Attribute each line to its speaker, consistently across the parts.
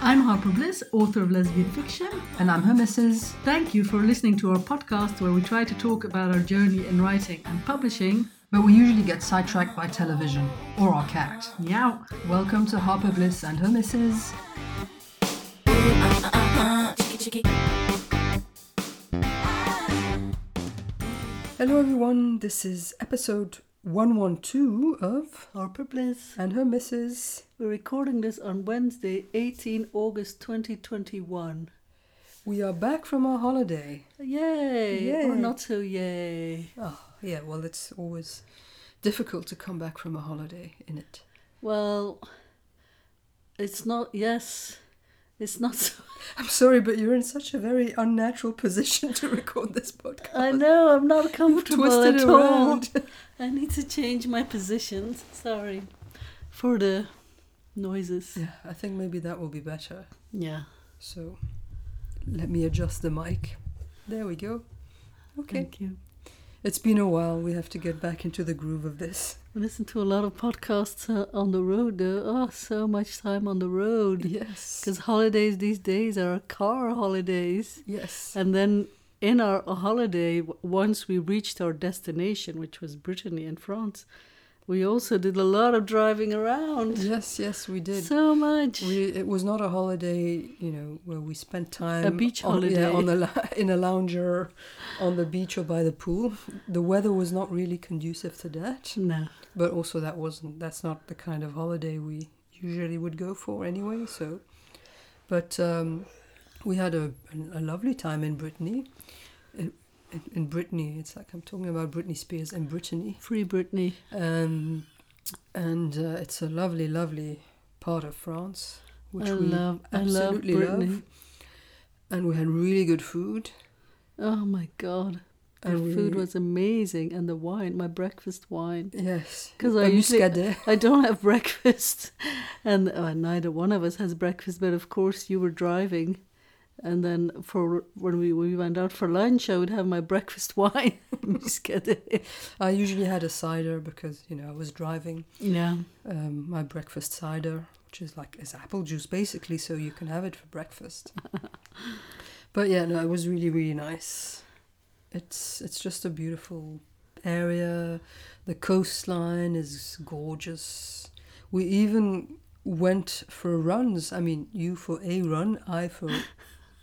Speaker 1: Papa Bliss, author of lesbian fiction, and I'm her missus. Thank you for listening to our podcast where we try to talk about our journey in writing and publishing.
Speaker 2: But we usually get sidetracked by television or our cat.
Speaker 1: Meow.
Speaker 2: Welcome to Harper Bliss and her missus. Hello, everyone. This is episode 112 of
Speaker 1: Harper Bliss.
Speaker 2: And Her Missus.
Speaker 1: We're recording this on Wednesday, 18 August 2021.
Speaker 2: We are back from our holiday.
Speaker 1: Yay! Or
Speaker 2: Yay.
Speaker 1: not so yay.
Speaker 2: Oh, yeah, well, it's always difficult to come back from a holiday in it.
Speaker 1: Well, it's not, yes, it's not so.
Speaker 2: I'm sorry, but you're in such a very unnatural position to record this podcast.
Speaker 1: I know, I'm not
Speaker 2: You've
Speaker 1: comfortable
Speaker 2: twisted
Speaker 1: at
Speaker 2: it
Speaker 1: all.
Speaker 2: around.
Speaker 1: I need to change my position. Sorry for the noises.
Speaker 2: Yeah, I think maybe that will be better.
Speaker 1: Yeah.
Speaker 2: So let me adjust the mic. There we go. Okay.
Speaker 1: Thank you.
Speaker 2: It's been a while. We have to get back into the groove of this.
Speaker 1: I listen to a lot of podcasts uh, on the road, though. Oh, so much time on the road.
Speaker 2: Yes.
Speaker 1: Because holidays these days are car holidays.
Speaker 2: Yes.
Speaker 1: And then in our holiday, w- once we reached our destination, which was Brittany and France, we also did a lot of driving around.
Speaker 2: Yes, yes, we did.
Speaker 1: So much.
Speaker 2: we, it was not a holiday, you know, where we spent time
Speaker 1: beach
Speaker 2: on, yeah,
Speaker 1: holiday.
Speaker 2: on the lou- in a lounger, on the beach or by the pool. The weather was not really conducive to that,
Speaker 1: no.
Speaker 2: but also that wasn't that's not the kind of holiday we usually would go for anyway. So, but um, we had a, a lovely time in Brittany. In, in, in Brittany, it's like I'm talking about Britney Spears in Brittany
Speaker 1: Free Brittany.
Speaker 2: um, and uh, it's a lovely, lovely part of France, which
Speaker 1: I
Speaker 2: we
Speaker 1: love, I love
Speaker 2: absolutely love,
Speaker 1: Brittany.
Speaker 2: And we had really good food.
Speaker 1: Oh my god. The
Speaker 2: And
Speaker 1: food
Speaker 2: we-
Speaker 1: was amazing and the wine, my breakfast wine.
Speaker 2: yes,
Speaker 1: 'Cause I
Speaker 2: a
Speaker 1: usually-
Speaker 2: Muscadet.
Speaker 1: I don't have breakfast and uh, neither one of us has breakfast, but of course you were driving. And then for when we, we went out for lunch, I would have my breakfast wine. Muscadet.
Speaker 2: I usually had a cider because you know I was driving.
Speaker 1: yeah.
Speaker 2: Um, my breakfast cider, which is like is apple juice basically, so you can have it for breakfast. but yeah, no, it was really really nice. It's it's just a beautiful area. The coastline is gorgeous. We even went for runs. I mean, you for a run, I for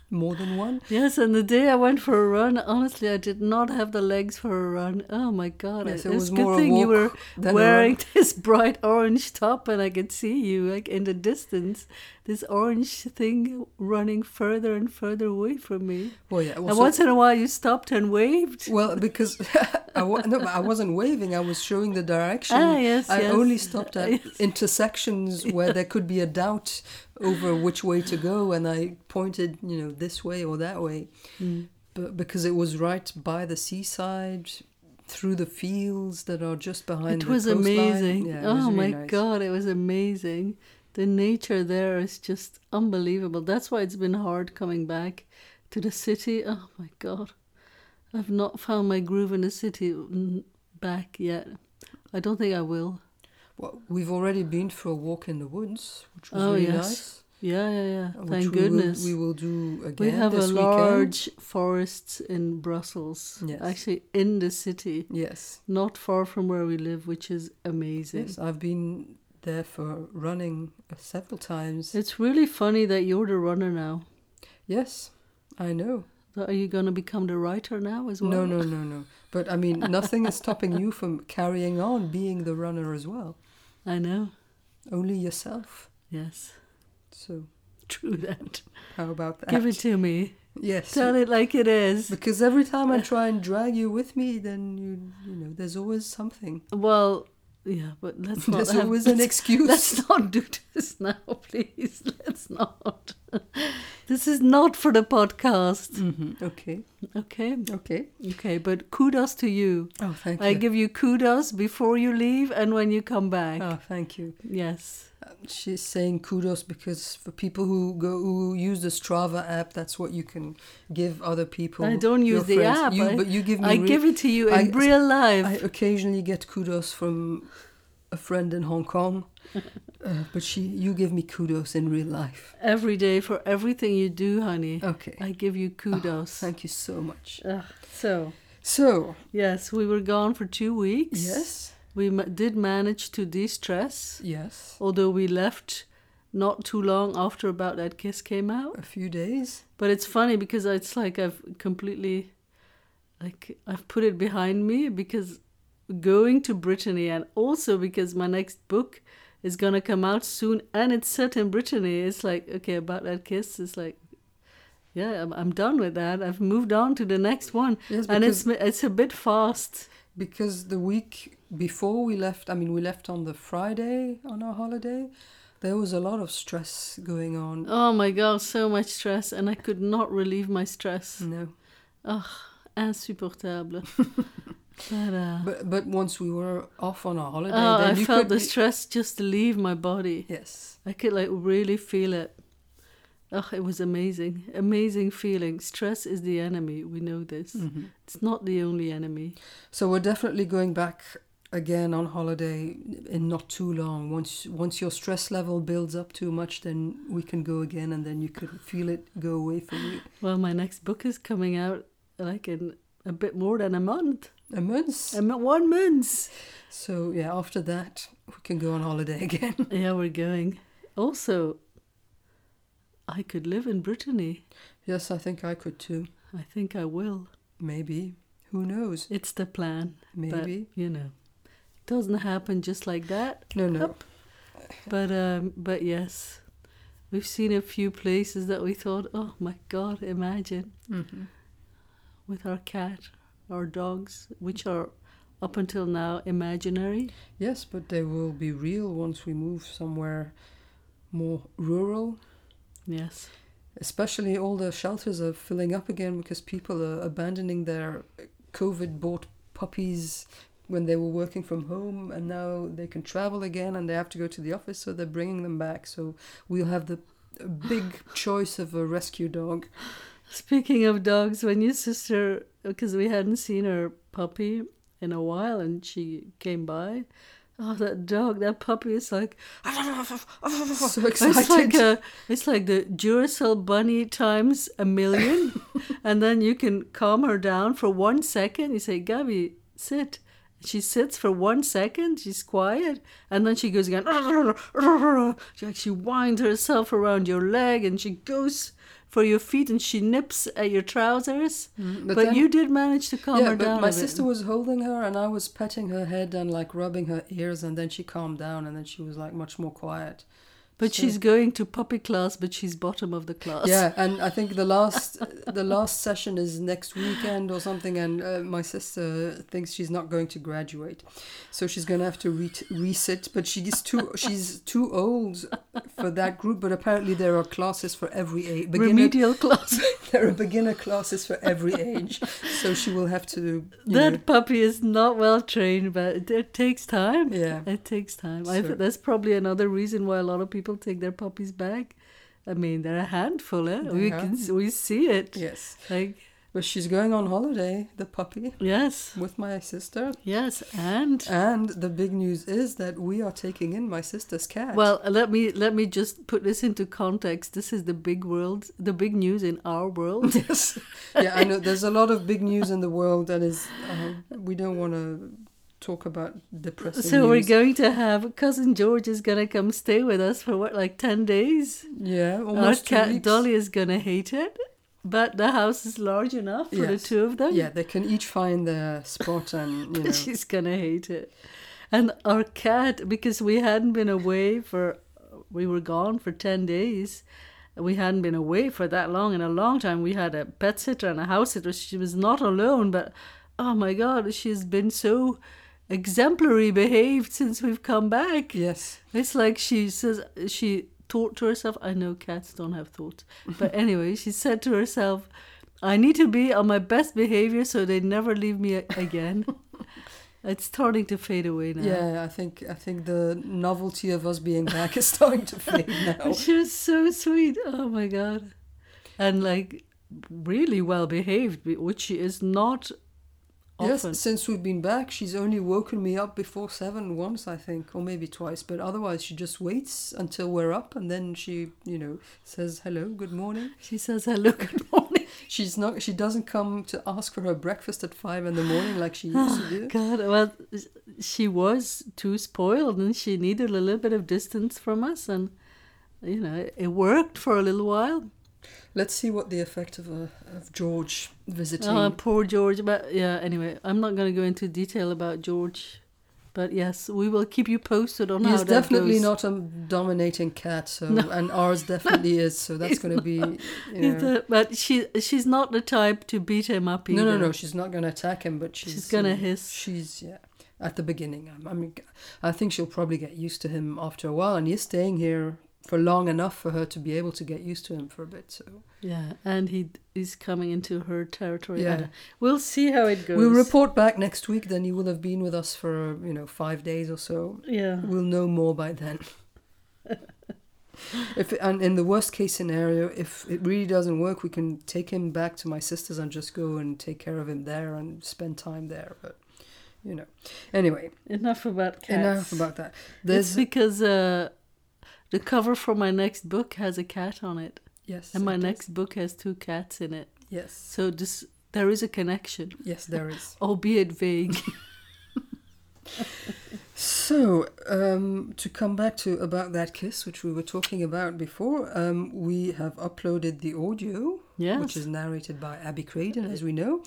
Speaker 2: more than one.
Speaker 1: Yes, and the day I went for a run, honestly, I did not have the legs for a run. Oh my god!
Speaker 2: Yes,
Speaker 1: I-
Speaker 2: it was
Speaker 1: a
Speaker 2: more
Speaker 1: good
Speaker 2: a
Speaker 1: thing you were
Speaker 2: walk than a
Speaker 1: wearing
Speaker 2: run.
Speaker 1: this bright orange top, and I could see you like in the distance. This orange thing running further and further away from me.
Speaker 2: Well, yeah.
Speaker 1: and
Speaker 2: also-
Speaker 1: once in a while, you stopped and waved.
Speaker 2: Well, because I wa- no, but I wasn't waving. I was showing the direction.
Speaker 1: Ah, yes,
Speaker 2: I
Speaker 1: yes.
Speaker 2: only stopped at
Speaker 1: Yes.
Speaker 2: intersections where there could be a doubt over which way to go, and I pointed, you know, this way or that way,
Speaker 1: Hmm.
Speaker 2: but because it was right by the seaside, through the fields that are just behind.
Speaker 1: it
Speaker 2: the
Speaker 1: was
Speaker 2: coastline.
Speaker 1: amazing.
Speaker 2: Yeah, it
Speaker 1: oh
Speaker 2: was really
Speaker 1: my
Speaker 2: nice.
Speaker 1: god, it was amazing. The nature there is just unbelievable. That's why it's been hard coming back to the city. Oh my god. I've not found my groove in the city mm, back yet. I don't think I will.
Speaker 2: Well, we've already been for a walk in the woods, which was
Speaker 1: Oh,
Speaker 2: really
Speaker 1: yes.
Speaker 2: nice.
Speaker 1: Yeah, yeah, yeah.
Speaker 2: which
Speaker 1: Thank
Speaker 2: we will-
Speaker 1: goodness.
Speaker 2: we will do again.
Speaker 1: We have a
Speaker 2: this Weekend.
Speaker 1: large forest in Brussels.
Speaker 2: Yes.
Speaker 1: Actually in the city,
Speaker 2: Yes.
Speaker 1: not far from where we live, which is amazing.
Speaker 2: Yes, I've been there for running uh, several times.
Speaker 1: It's really funny that you're the runner now.
Speaker 2: yes, I know.
Speaker 1: So Are you going to become the writer now as well?
Speaker 2: No, no, no, no. But I mean, nothing is stopping you from carrying on being the runner as well.
Speaker 1: I know.
Speaker 2: Only yourself.
Speaker 1: Yes.
Speaker 2: So
Speaker 1: True that.
Speaker 2: how about that?
Speaker 1: Give it to me.
Speaker 2: yes.
Speaker 1: Tell it like it is.
Speaker 2: Because every time I try and drag you with me, then you you know there's always something.
Speaker 1: Well, yeah, but let's not.
Speaker 2: There's
Speaker 1: have-
Speaker 2: always an
Speaker 1: let's-
Speaker 2: excuse.
Speaker 1: Let's uh, not do this now, please. Let's not. This is not for the podcast.
Speaker 2: Mhm, Okay.
Speaker 1: Okay.
Speaker 2: Okay.
Speaker 1: Okay, but kudos to you.
Speaker 2: Oh, thank
Speaker 1: I
Speaker 2: you.
Speaker 1: give you kudos before you leave and when you come back.
Speaker 2: Oh, thank you.
Speaker 1: Yes.
Speaker 2: She's saying kudos because for people who go who use the Strava app, that's what you can give other people.
Speaker 1: I don't
Speaker 2: your
Speaker 1: use the
Speaker 2: friends.
Speaker 1: app.
Speaker 2: You,
Speaker 1: I-
Speaker 2: but you give me.
Speaker 1: I
Speaker 2: re-
Speaker 1: give it to you in
Speaker 2: I-
Speaker 1: real life.
Speaker 2: I occasionally get kudos from a friend in Hong Kong, uh, but she you give me kudos in real life.
Speaker 1: Every day for everything you do, honey.
Speaker 2: Okay.
Speaker 1: I Uh, give you kudos.
Speaker 2: Thank you so much.
Speaker 1: Ugh, so,
Speaker 2: So,
Speaker 1: yes, we were gone for two weeks.
Speaker 2: yes,
Speaker 1: We ma- did manage to de stress,
Speaker 2: yes,
Speaker 1: although we left not too long after About That Kiss came out.
Speaker 2: a few days.
Speaker 1: But it's funny because it's like I've completely, like, I've put it behind me because going to Brittany and also because my next book is going to come out soon and it's set in Brittany. It's like, okay, about that kiss, it's like, yeah, I'm, I'm done with that. I've moved on to the next one.
Speaker 2: Yes,
Speaker 1: and
Speaker 2: because-
Speaker 1: it's it's a bit fast.
Speaker 2: because the week before we left, I mean, we left on the Friday on our holiday. There was a lot of stress going on.
Speaker 1: Oh my God, so much stress. And I could not relieve my stress.
Speaker 2: No,
Speaker 1: Oh, insupportable. but, uh,
Speaker 2: but but once we were off on our holiday,
Speaker 1: Oh,
Speaker 2: then
Speaker 1: I
Speaker 2: you
Speaker 1: felt
Speaker 2: could
Speaker 1: the
Speaker 2: be-
Speaker 1: stress just leave my body.
Speaker 2: yes,
Speaker 1: I could like really feel it. Oh, it was amazing. Amazing feeling. Stress is the enemy. We know this. It's not the only enemy.
Speaker 2: so we're definitely going back again on holiday in not too long. Once once your stress level builds up too much, then we can go again, and then you could feel it go away from you.
Speaker 1: Well, my next book is coming out like in a bit more than a month.
Speaker 2: A month.
Speaker 1: A mo- one month.
Speaker 2: So yeah, after that we can go on holiday again.
Speaker 1: Yeah, we're going. Also, I could live in Brittany.
Speaker 2: yes, I think I could too.
Speaker 1: I think I will.
Speaker 2: Maybe. Who knows?
Speaker 1: It's the plan.
Speaker 2: Maybe.
Speaker 1: But, you know, it doesn't happen just like that.
Speaker 2: No, no.
Speaker 1: Up. But um, but yes, we've seen a few places that we thought, oh my God, imagine with our cat, our dogs, which are up until now imaginary.
Speaker 2: Yes, but they will be real once we move somewhere more rural.
Speaker 1: Yes,
Speaker 2: Especially all the shelters are filling up again because people are abandoning their COVID bought puppies when they were working from home and now they can travel again and they have to go to the office, so they're bringing them back. So we'll have the a big choice of a rescue dog.
Speaker 1: Speaking of dogs, when your sister, because we hadn't seen her puppy in a while and she came by, oh, that dog, that puppy is like,
Speaker 2: so excited.
Speaker 1: it's like, a, it's like the Duracell bunny times a million. and then you can calm her down for one second. You say, Gabby, sit. She sits for one second, she's quiet, and then she goes again. She, like, she winds herself around your leg and she goes for your feet and she nips at your trousers.
Speaker 2: Mm, but
Speaker 1: but
Speaker 2: then-
Speaker 1: you did manage to calm
Speaker 2: yeah,
Speaker 1: her down.
Speaker 2: but my
Speaker 1: a bit.
Speaker 2: sister was holding her, and I was petting her head and like rubbing her ears, and then she calmed down, and then she was like much more quiet.
Speaker 1: But she's going to puppy class, but she's bottom of the class.
Speaker 2: uh, Yeah, and I think the last the last session is next weekend or something, and uh, my sister thinks she's not going to graduate, so she's going to have to re- resit. But she's too she's too old for that group. But apparently there are classes for every age. Beginner,
Speaker 1: Remedial class.
Speaker 2: there are beginner classes for every age, so she will have to. you know,
Speaker 1: that puppy is not well trained, but it, it takes time.
Speaker 2: Yeah.
Speaker 1: It takes time. I
Speaker 2: Sure.
Speaker 1: think that's probably another reason why a lot of people take their puppies back. I mean, they're a handful, eh?
Speaker 2: They
Speaker 1: We
Speaker 2: are.
Speaker 1: can s- we see it.
Speaker 2: yes,
Speaker 1: Like
Speaker 2: but she's going on holiday. The puppy.
Speaker 1: yes,
Speaker 2: with my sister.
Speaker 1: yes, and
Speaker 2: And the big news is that we are taking in my sister's cat.
Speaker 1: well, let me let me just put this into context. This is the big world, the big news in our world.
Speaker 2: yes, yeah, I know. There's a lot of big news in the world that is. Uh, we don't want to talk about depressing.
Speaker 1: so we're
Speaker 2: news.
Speaker 1: going to have cousin George is gonna come stay with us for what like ten days.
Speaker 2: Yeah,
Speaker 1: Our
Speaker 2: almost two
Speaker 1: cat
Speaker 2: weeks.
Speaker 1: Dolly is gonna hate it, but the house is large enough for the
Speaker 2: Yes.
Speaker 1: two of them.
Speaker 2: Yeah, they can each find their spot, and you know,
Speaker 1: She's gonna hate it. And our cat, because we hadn't been away for, we were gone for ten days. We hadn't been away for that long in a long time. We had a pet sitter and a house sitter. She was not alone, but oh my god, she's been so exemplary behaved since we've come back.
Speaker 2: yes,
Speaker 1: It's like she says she thought to herself, I know cats don't have thoughts. But anyway, she said to herself, I need to be on my best behavior so they never leave me a- again. it's starting to fade away now.
Speaker 2: yeah. I think I think the novelty of us being back is starting to fade now.
Speaker 1: But she was so sweet. Oh my god. And like really well behaved, which she is not Often.
Speaker 2: Yes, since we've been back, she's only woken me up before seven once, I think, or maybe twice. But otherwise, she just waits until we're up, and then she, you know, says hello, good morning.
Speaker 1: She says hello, good morning.
Speaker 2: She's not. She doesn't come to ask for her breakfast at five in the morning like she used to do.
Speaker 1: God, well, she was too spoiled and she needed a little bit of distance from us. And, you know, it worked for a little while.
Speaker 2: Let's see what the effect of uh, of George visiting.
Speaker 1: Oh, poor George. But yeah, anyway, I'm not going to go into detail about George. But yes, we will keep you posted on how
Speaker 2: He's
Speaker 1: that
Speaker 2: definitely
Speaker 1: goes.
Speaker 2: not a dominating cat, so
Speaker 1: No.
Speaker 2: and ours definitely is. So that's going to be. You
Speaker 1: He's
Speaker 2: know,
Speaker 1: the- but she she's not the type to beat him up either.
Speaker 2: no, no, no. She's not going to attack him, but she's,
Speaker 1: She's gonna
Speaker 2: uh,
Speaker 1: hiss.
Speaker 2: She's yeah. At the beginning, I, I mean, I think she'll probably get used to him after a while, and he's staying here for long enough for her to be able to get used to him for a bit. So
Speaker 1: Yeah, and he is coming into her territory.
Speaker 2: Yeah.
Speaker 1: Yeah. We'll see how it goes.
Speaker 2: We'll report back next week. Then you will have been with us for you know five days or so.
Speaker 1: Yeah.
Speaker 2: We'll know more by then. if and in the worst case scenario, if it really doesn't work, we can take him back to my sister's and just go and take care of him there and spend time there. But you know, anyway,
Speaker 1: Enough about cats.
Speaker 2: enough about that.
Speaker 1: It's
Speaker 2: There's
Speaker 1: because uh, the cover for my next book has a cat on it,
Speaker 2: yes,
Speaker 1: and my
Speaker 2: it does.
Speaker 1: next book has two cats in it.
Speaker 2: yes,
Speaker 1: So this there is a connection,
Speaker 2: yes, there is.
Speaker 1: albeit vague.
Speaker 2: So, um, to come back to about that kiss, which we were talking about before, um, we have uploaded the audio,
Speaker 1: Yes.
Speaker 2: which is narrated by Abby Craden, as we know,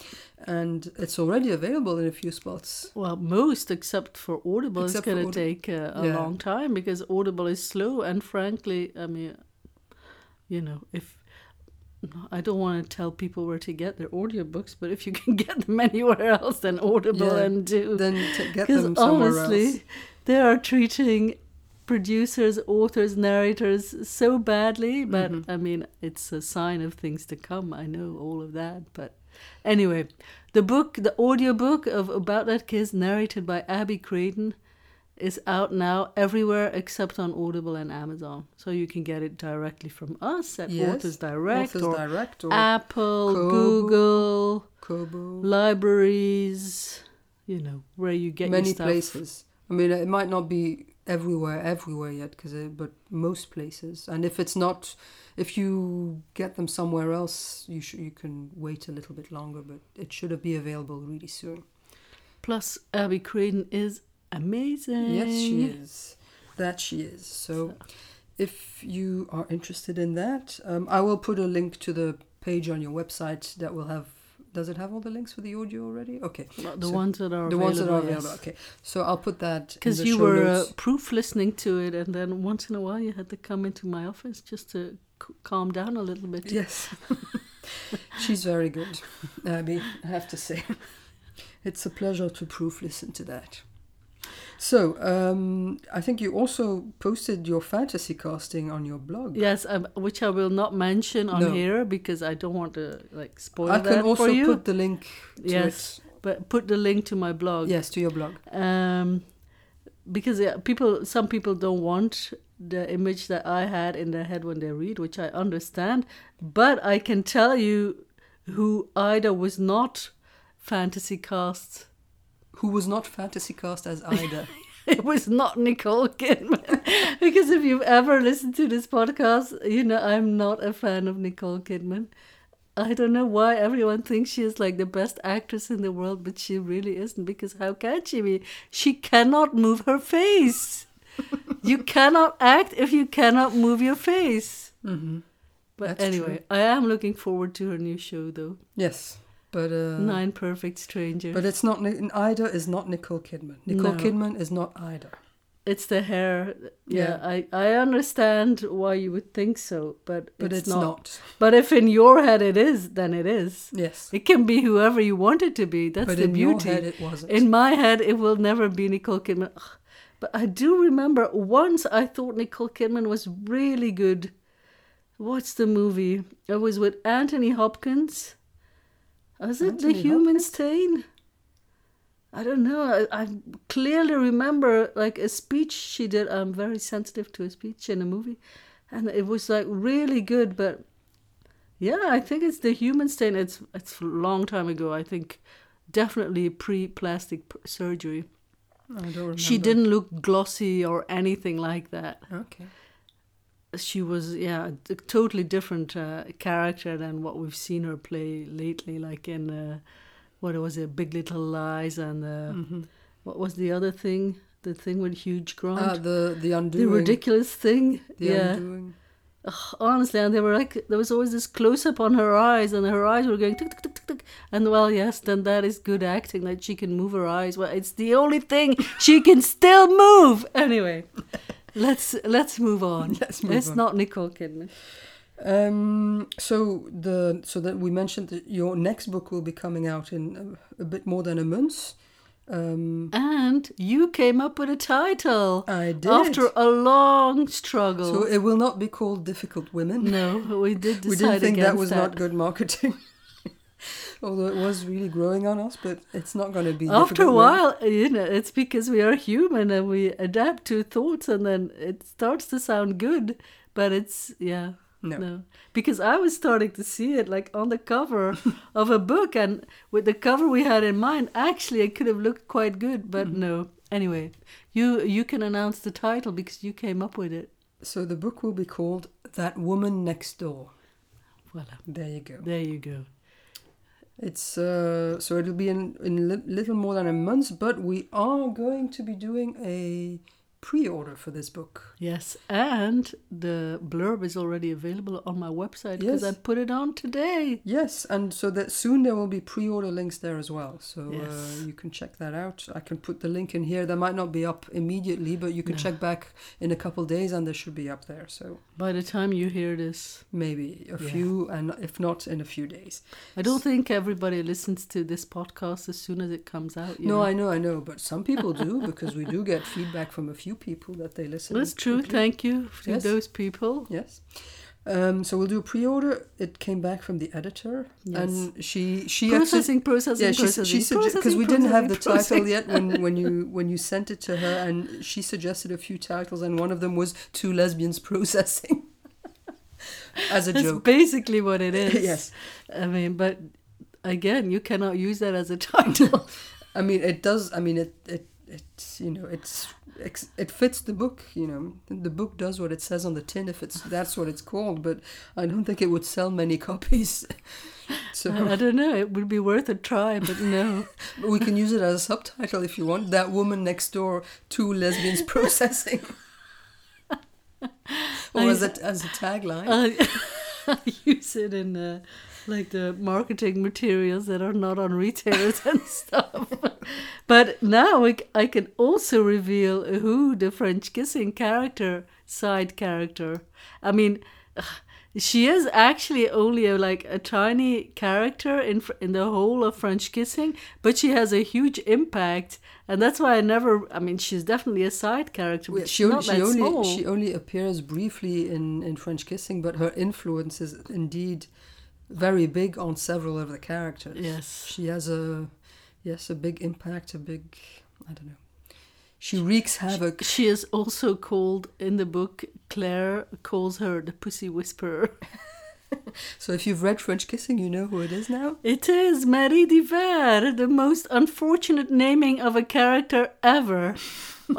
Speaker 2: and it's already available in a few spots.
Speaker 1: well, most except for Audible,
Speaker 2: Except
Speaker 1: it's
Speaker 2: for
Speaker 1: going
Speaker 2: Audi-
Speaker 1: to take uh, a
Speaker 2: Yeah.
Speaker 1: long time because Audible is slow, and frankly, I mean, you know, if I don't want to tell people where to get their audiobooks, but if you can get them anywhere else than Audible
Speaker 2: Yeah.
Speaker 1: and do,
Speaker 2: Then to get
Speaker 1: Because
Speaker 2: them somewhere
Speaker 1: honestly,
Speaker 2: else.
Speaker 1: they are treating producers, authors, narrators so badly. But
Speaker 2: Mm-hmm.
Speaker 1: I mean, it's a sign of things to come. I know all of that. But anyway, the book, the audiobook of About That Kiss, narrated by Abby Creighton, is out now everywhere except on Audible and Amazon. So you can get it directly from us at
Speaker 2: Yes,
Speaker 1: Authors Direct
Speaker 2: Authors
Speaker 1: or
Speaker 2: Direct or
Speaker 1: Apple,
Speaker 2: Kobo.
Speaker 1: Google,
Speaker 2: Kobo,
Speaker 1: libraries. You know where you get
Speaker 2: many
Speaker 1: your stuff.
Speaker 2: places. I mean, it might not be everywhere, everywhere yet, cause it, but most places. And if it's not, if you get them somewhere else, you sh- you can wait a little bit longer, but it should be available really soon.
Speaker 1: Plus, Abby Creighton is amazing.
Speaker 2: Yes, she
Speaker 1: Mm.
Speaker 2: is. That she is. So, if you are interested in that, um, I will put a link to the page on your website that will have. Does it have all the links for the audio already? Okay.
Speaker 1: Well, the
Speaker 2: So,
Speaker 1: ones that are
Speaker 2: the ones that are available.
Speaker 1: yes.
Speaker 2: Okay. So I'll put that in
Speaker 1: Because
Speaker 2: the
Speaker 1: you
Speaker 2: show
Speaker 1: were uh,
Speaker 2: notes.
Speaker 1: proof listening to it, and then once in a while you had to come into my office just to c- calm down a little bit.
Speaker 2: Yes. She's very good, Abby, I have to say. It's a pleasure to proof listen to that. So, um, I think you also posted your fantasy casting on your blog.
Speaker 1: Yes, um, which I will not mention on
Speaker 2: No.
Speaker 1: here because I don't want to like spoil
Speaker 2: I
Speaker 1: that
Speaker 2: can also
Speaker 1: for you.
Speaker 2: put the link to
Speaker 1: Yes. But put the link to my
Speaker 2: it.
Speaker 1: blog.
Speaker 2: Yes, to your blog.
Speaker 1: um, because yeah, people some people don't want the image that I had in their head when they read, which I understand. But I can tell you who either was not fantasy cast.
Speaker 2: Who was not fantasy cast as Ida?
Speaker 1: It was not Nicole Kidman. because if you've ever listened to this podcast, you know I'm not a fan of Nicole Kidman. I don't know why everyone thinks she is like the best actress in the world, but she really isn't. Because how can she be? She cannot move her face. you cannot act if you cannot move your face. But
Speaker 2: Mm-hmm. That's
Speaker 1: anyway, I am looking forward to her new show, though.
Speaker 2: yes, but uh,
Speaker 1: Nine Perfect Strangers.
Speaker 2: but it's not Ni- Ida is not Nicole Kidman. Nicole
Speaker 1: No.
Speaker 2: Kidman is not Ida.
Speaker 1: It's the hair. Yeah,
Speaker 2: Yeah.
Speaker 1: I, I understand why you would think so, but,
Speaker 2: But
Speaker 1: it's, not.
Speaker 2: not.
Speaker 1: But if in your head it is, then it is.
Speaker 2: Yes,
Speaker 1: It can be whoever you want it to be. That's
Speaker 2: but
Speaker 1: the
Speaker 2: in
Speaker 1: beauty.
Speaker 2: your head it wasn't.
Speaker 1: in my head, it will never be Nicole Kidman. Ugh. But I do remember once I thought Nicole Kidman was really good. What's the movie? It was with Anthony Hopkins. Is it
Speaker 2: Anthony
Speaker 1: The Human Stain? I don't know. I, I clearly remember like a speech she did. I'm very sensitive to a speech in a movie, and it was like really good. But yeah, I think it's the human stain. It's it's a long time ago. I think definitely pre plastic p- surgery.
Speaker 2: I don't remember.
Speaker 1: She didn't look glossy or anything like that.
Speaker 2: Okay.
Speaker 1: She was, yeah, a totally different uh, character than what we've seen her play lately, like in uh, what was it, Big Little Lies, and uh,
Speaker 2: Mhm.
Speaker 1: what was the other thing? The thing with Huge Grant,
Speaker 2: Ah, the the
Speaker 1: the
Speaker 2: undoing.
Speaker 1: ridiculous thing.
Speaker 2: The
Speaker 1: yeah,
Speaker 2: undoing.
Speaker 1: Ugh, honestly, and they were like, there was always this close up on her eyes, and her eyes were going tick tick tick tick tick. And well, yes, then that is good acting that she can move her eyes. Well, it's the only thing she can still move. Anyway, let's let's move on.
Speaker 2: Let's move
Speaker 1: It's
Speaker 2: on.
Speaker 1: not Nicole Kidman.
Speaker 2: Um, so the so that we mentioned that your next book will be coming out in a, a bit more than a month. Um,
Speaker 1: And you came up with a title
Speaker 2: I did.
Speaker 1: after a long struggle.
Speaker 2: so it will not be called Difficult Women.
Speaker 1: no, we did decide
Speaker 2: we didn't think that
Speaker 1: against
Speaker 2: was not good marketing. Although it was really growing on us, but it's not going to be.
Speaker 1: after a
Speaker 2: Difficult Women.
Speaker 1: while you know it's because we are human and we adapt to thoughts and then it starts to sound good but it's yeah
Speaker 2: No.
Speaker 1: because i was starting to see it like on the cover of a book and with the cover we had in mind actually it could have looked quite good but
Speaker 2: Mm-hmm.
Speaker 1: no anyway you you can announce the title because you came up with it
Speaker 2: So the book will be called That Woman Next Door.
Speaker 1: voila
Speaker 2: There you go.
Speaker 1: there you go
Speaker 2: It's uh, so it'll be in in li- little more than a month, but we are going to be doing a pre-order for this book.
Speaker 1: yes and the blurb is already available on my website because
Speaker 2: Yes.
Speaker 1: i put it on today
Speaker 2: Yes, and so that soon there will be pre-order links there as well. So
Speaker 1: Yes.
Speaker 2: uh, you can check that out. I can put the link in here. That might not be up immediately, but you can
Speaker 1: No.
Speaker 2: check back in a couple days, and they should be up there. So
Speaker 1: by the time you hear this
Speaker 2: maybe a
Speaker 1: Yeah.
Speaker 2: few, and if not, in a few days.
Speaker 1: I don't think everybody listens to this podcast as soon as it comes out. you
Speaker 2: No,
Speaker 1: know.
Speaker 2: I know, I know, but some people do because we do get feedback from a few people that they listen.
Speaker 1: That's true.
Speaker 2: quickly.
Speaker 1: Thank you to
Speaker 2: Yes.
Speaker 1: those people.
Speaker 2: Yes. Um, so we'll do a pre-order. It came back from the editor, and she she actually
Speaker 1: processing, processing,
Speaker 2: yeah she
Speaker 1: processing.
Speaker 2: she because
Speaker 1: processing,
Speaker 2: we didn't have the
Speaker 1: processing,
Speaker 2: title yet when when you when you sent it to her, and she suggested a few titles, and one of them was two lesbians processing as a
Speaker 1: processing. That's
Speaker 2: joke.
Speaker 1: basically what it is.
Speaker 2: yes,
Speaker 1: I mean, but again, you cannot use that as a title.
Speaker 2: I mean it does. I mean it it it you know it's ex- it fits the book. You know the book does what it says on the tin if it's that's what it's called. But I don't think it would sell many copies. So.
Speaker 1: I I don't know. It would be worth a try, but no.
Speaker 2: But We can use it as a subtitle if you want. That woman next door, two lesbians processing. or
Speaker 1: I-
Speaker 2: as a, as a tagline.
Speaker 1: I, I Uh, use it in uh, like the marketing materials that are not on retailers and stuff. but now we, c- I can also reveal who the French kissing character side character. I mean, she is actually only a, like a tiny character in fr- in the whole of French kissing, but she has a huge impact, and that's why I never. I mean, she's definitely a side character, but
Speaker 2: Yeah,
Speaker 1: she's not that
Speaker 2: only
Speaker 1: small.
Speaker 2: she only appears briefly in, in French Kissing, but her influence is indeed very big on several of the characters.
Speaker 1: yes.
Speaker 2: She has a yes, a big impact, a big I don't know. She wreaks havoc.
Speaker 1: She is also called in the book. Claire calls her the pussy whisperer.
Speaker 2: So if you've read French Kissing, you know who it is now.
Speaker 1: It is Marie Diver, the most unfortunate naming of a character ever.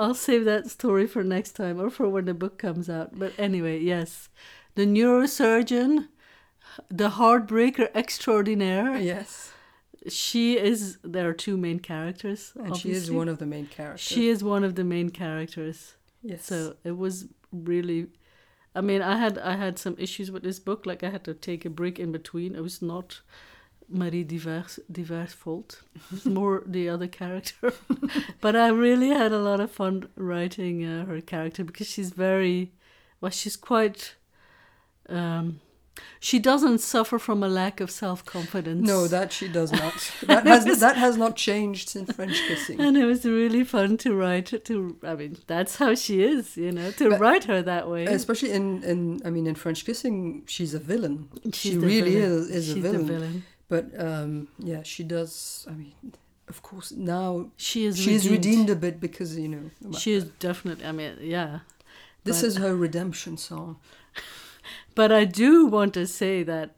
Speaker 1: I'll save that story for next time or for when the book comes out. But anyway, yes, the neurosurgeon, the heartbreaker extraordinaire.
Speaker 2: Yes,
Speaker 1: She is. There are two main characters.
Speaker 2: and
Speaker 1: obviously.
Speaker 2: she is one of the main characters.
Speaker 1: She is one of the main characters.
Speaker 2: yes.
Speaker 1: So it was really I mean I had I had some issues with this book, like I had to take a break in between. It was not Marie Divers Divers' fault. It was more the other character. but I really had a lot of fun writing uh, her character because she's very well she's quite um she doesn't suffer from a lack of self-confidence.
Speaker 2: No, that she does not. That has that has not changed since French kissing.
Speaker 1: and it was really fun to write her to I mean that's how she is, you know, to
Speaker 2: But-
Speaker 1: write her that way.
Speaker 2: Especially in, in I mean in French kissing, she's a villain.
Speaker 1: She's
Speaker 2: she
Speaker 1: the
Speaker 2: really
Speaker 1: villain.
Speaker 2: is is
Speaker 1: She's
Speaker 2: a
Speaker 1: the
Speaker 2: villain. But um, yeah, she does. I mean, of course now
Speaker 1: She is
Speaker 2: she is redeemed a bit because you know well,
Speaker 1: She is definitely. I mean, yeah.
Speaker 2: this
Speaker 1: but-
Speaker 2: is her redemption song.
Speaker 1: But I do want to say that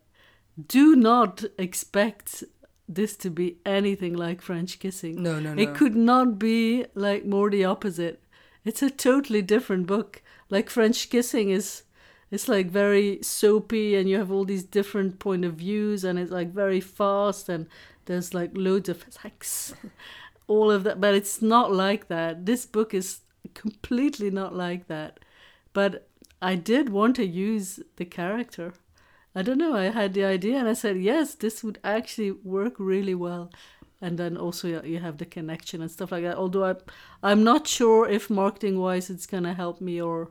Speaker 1: do not expect this to be anything like French kissing.
Speaker 2: No, no, no.
Speaker 1: It could not be like more the opposite. It's a totally different book. Like French kissing is it's like very soapy and you have all these different point of views and it's like very fast and there's like loads of sex all of that but it's not like that. This book is completely not like that. But I did want to use the character. I don't know. I had the idea and I said, yes, this would actually work really well. And then also you- you have the connection and stuff like that. Although I, I'm not sure if marketing wise it's going to help me or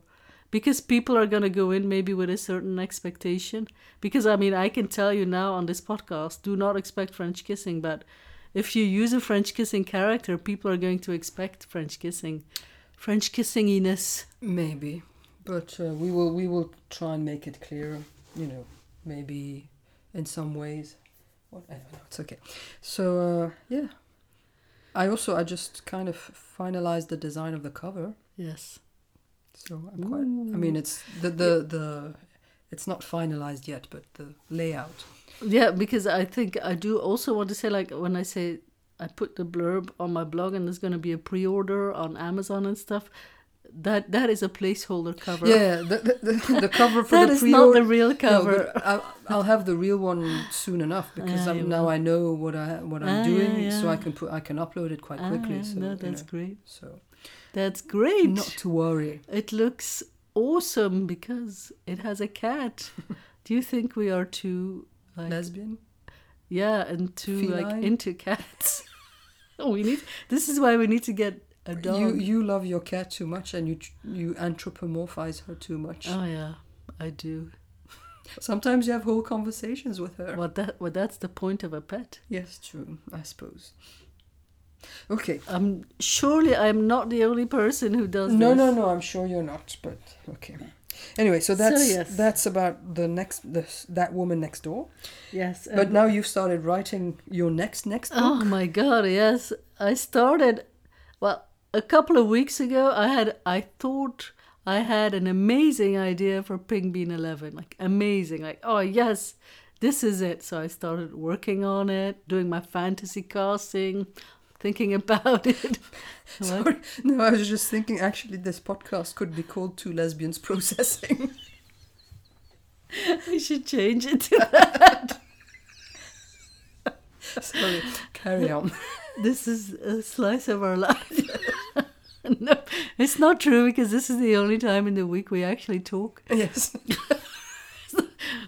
Speaker 1: because people are going to go in maybe with a certain expectation. Because I mean, I can tell you now on this podcast do not expect French kissing, but if you use a French kissing character, people are going to expect French kissing. French kissinginess.
Speaker 2: Maybe, but uh, we will we will try and make it clearer. You know, maybe in some ways. What I don't know. It's okay. So uh, yeah, I also I just kind of finalized the design of the cover.
Speaker 1: Yes.
Speaker 2: So I'm quite. I mean, it's the the the. It's not finalized yet, but the layout.
Speaker 1: Yeah, because I think I do also want to say, like, when I say I put the blurb on my blog and there's going to be a pre order on Amazon and stuff, that that is a placeholder cover.
Speaker 2: Yeah, the, the, the, the cover for
Speaker 1: That
Speaker 2: the
Speaker 1: is
Speaker 2: pre
Speaker 1: not the real cover.
Speaker 2: No, but I, I'll have the real one soon enough because
Speaker 1: Ah, you
Speaker 2: I'm, now I know what I what I'm
Speaker 1: Ah,
Speaker 2: doing,
Speaker 1: yeah,
Speaker 2: so
Speaker 1: yeah.
Speaker 2: I can put I can upload it quite
Speaker 1: Ah,
Speaker 2: quickly.
Speaker 1: yeah,
Speaker 2: so
Speaker 1: no,
Speaker 2: you
Speaker 1: that's
Speaker 2: know,
Speaker 1: great.
Speaker 2: so
Speaker 1: That's great.
Speaker 2: not to worry.
Speaker 1: It looks awesome because it has a cat. do you think we are too, like,
Speaker 2: Lesbian?
Speaker 1: yeah, and too, like,
Speaker 2: Feline?
Speaker 1: into cats? we need, this is why we need to get a dog.
Speaker 2: You you love your cat too much and you tr- you anthropomorphize her too much.
Speaker 1: oh, yeah, I do.
Speaker 2: Sometimes you have whole conversations with her.
Speaker 1: Well, that, well, that's the point of a pet.
Speaker 2: Yes, true. I suppose. Okay.
Speaker 1: I'm surely I'm not the only person who does
Speaker 2: No,
Speaker 1: this.
Speaker 2: no, no. I'm sure you're not, but okay. Anyway, so that's
Speaker 1: yes.
Speaker 2: that's about the next the, that woman next door.
Speaker 1: Yes,
Speaker 2: But now you've started writing your next next book.
Speaker 1: Um, oh my god, yes. I started well a couple of weeks ago. I had I thought I had an amazing idea for Pink Bean Eleven, like amazing, like oh yes, this is it. So I started working on it, doing my fantasy casting, thinking about it. What?
Speaker 2: Sorry. No, I was just thinking actually this podcast could be called Two Lesbians Processing.
Speaker 1: I should change it to
Speaker 2: Sorry. Carry on.
Speaker 1: this is a slice of our life. no, it's not true because this is the only time in the week we actually talk.
Speaker 2: yes.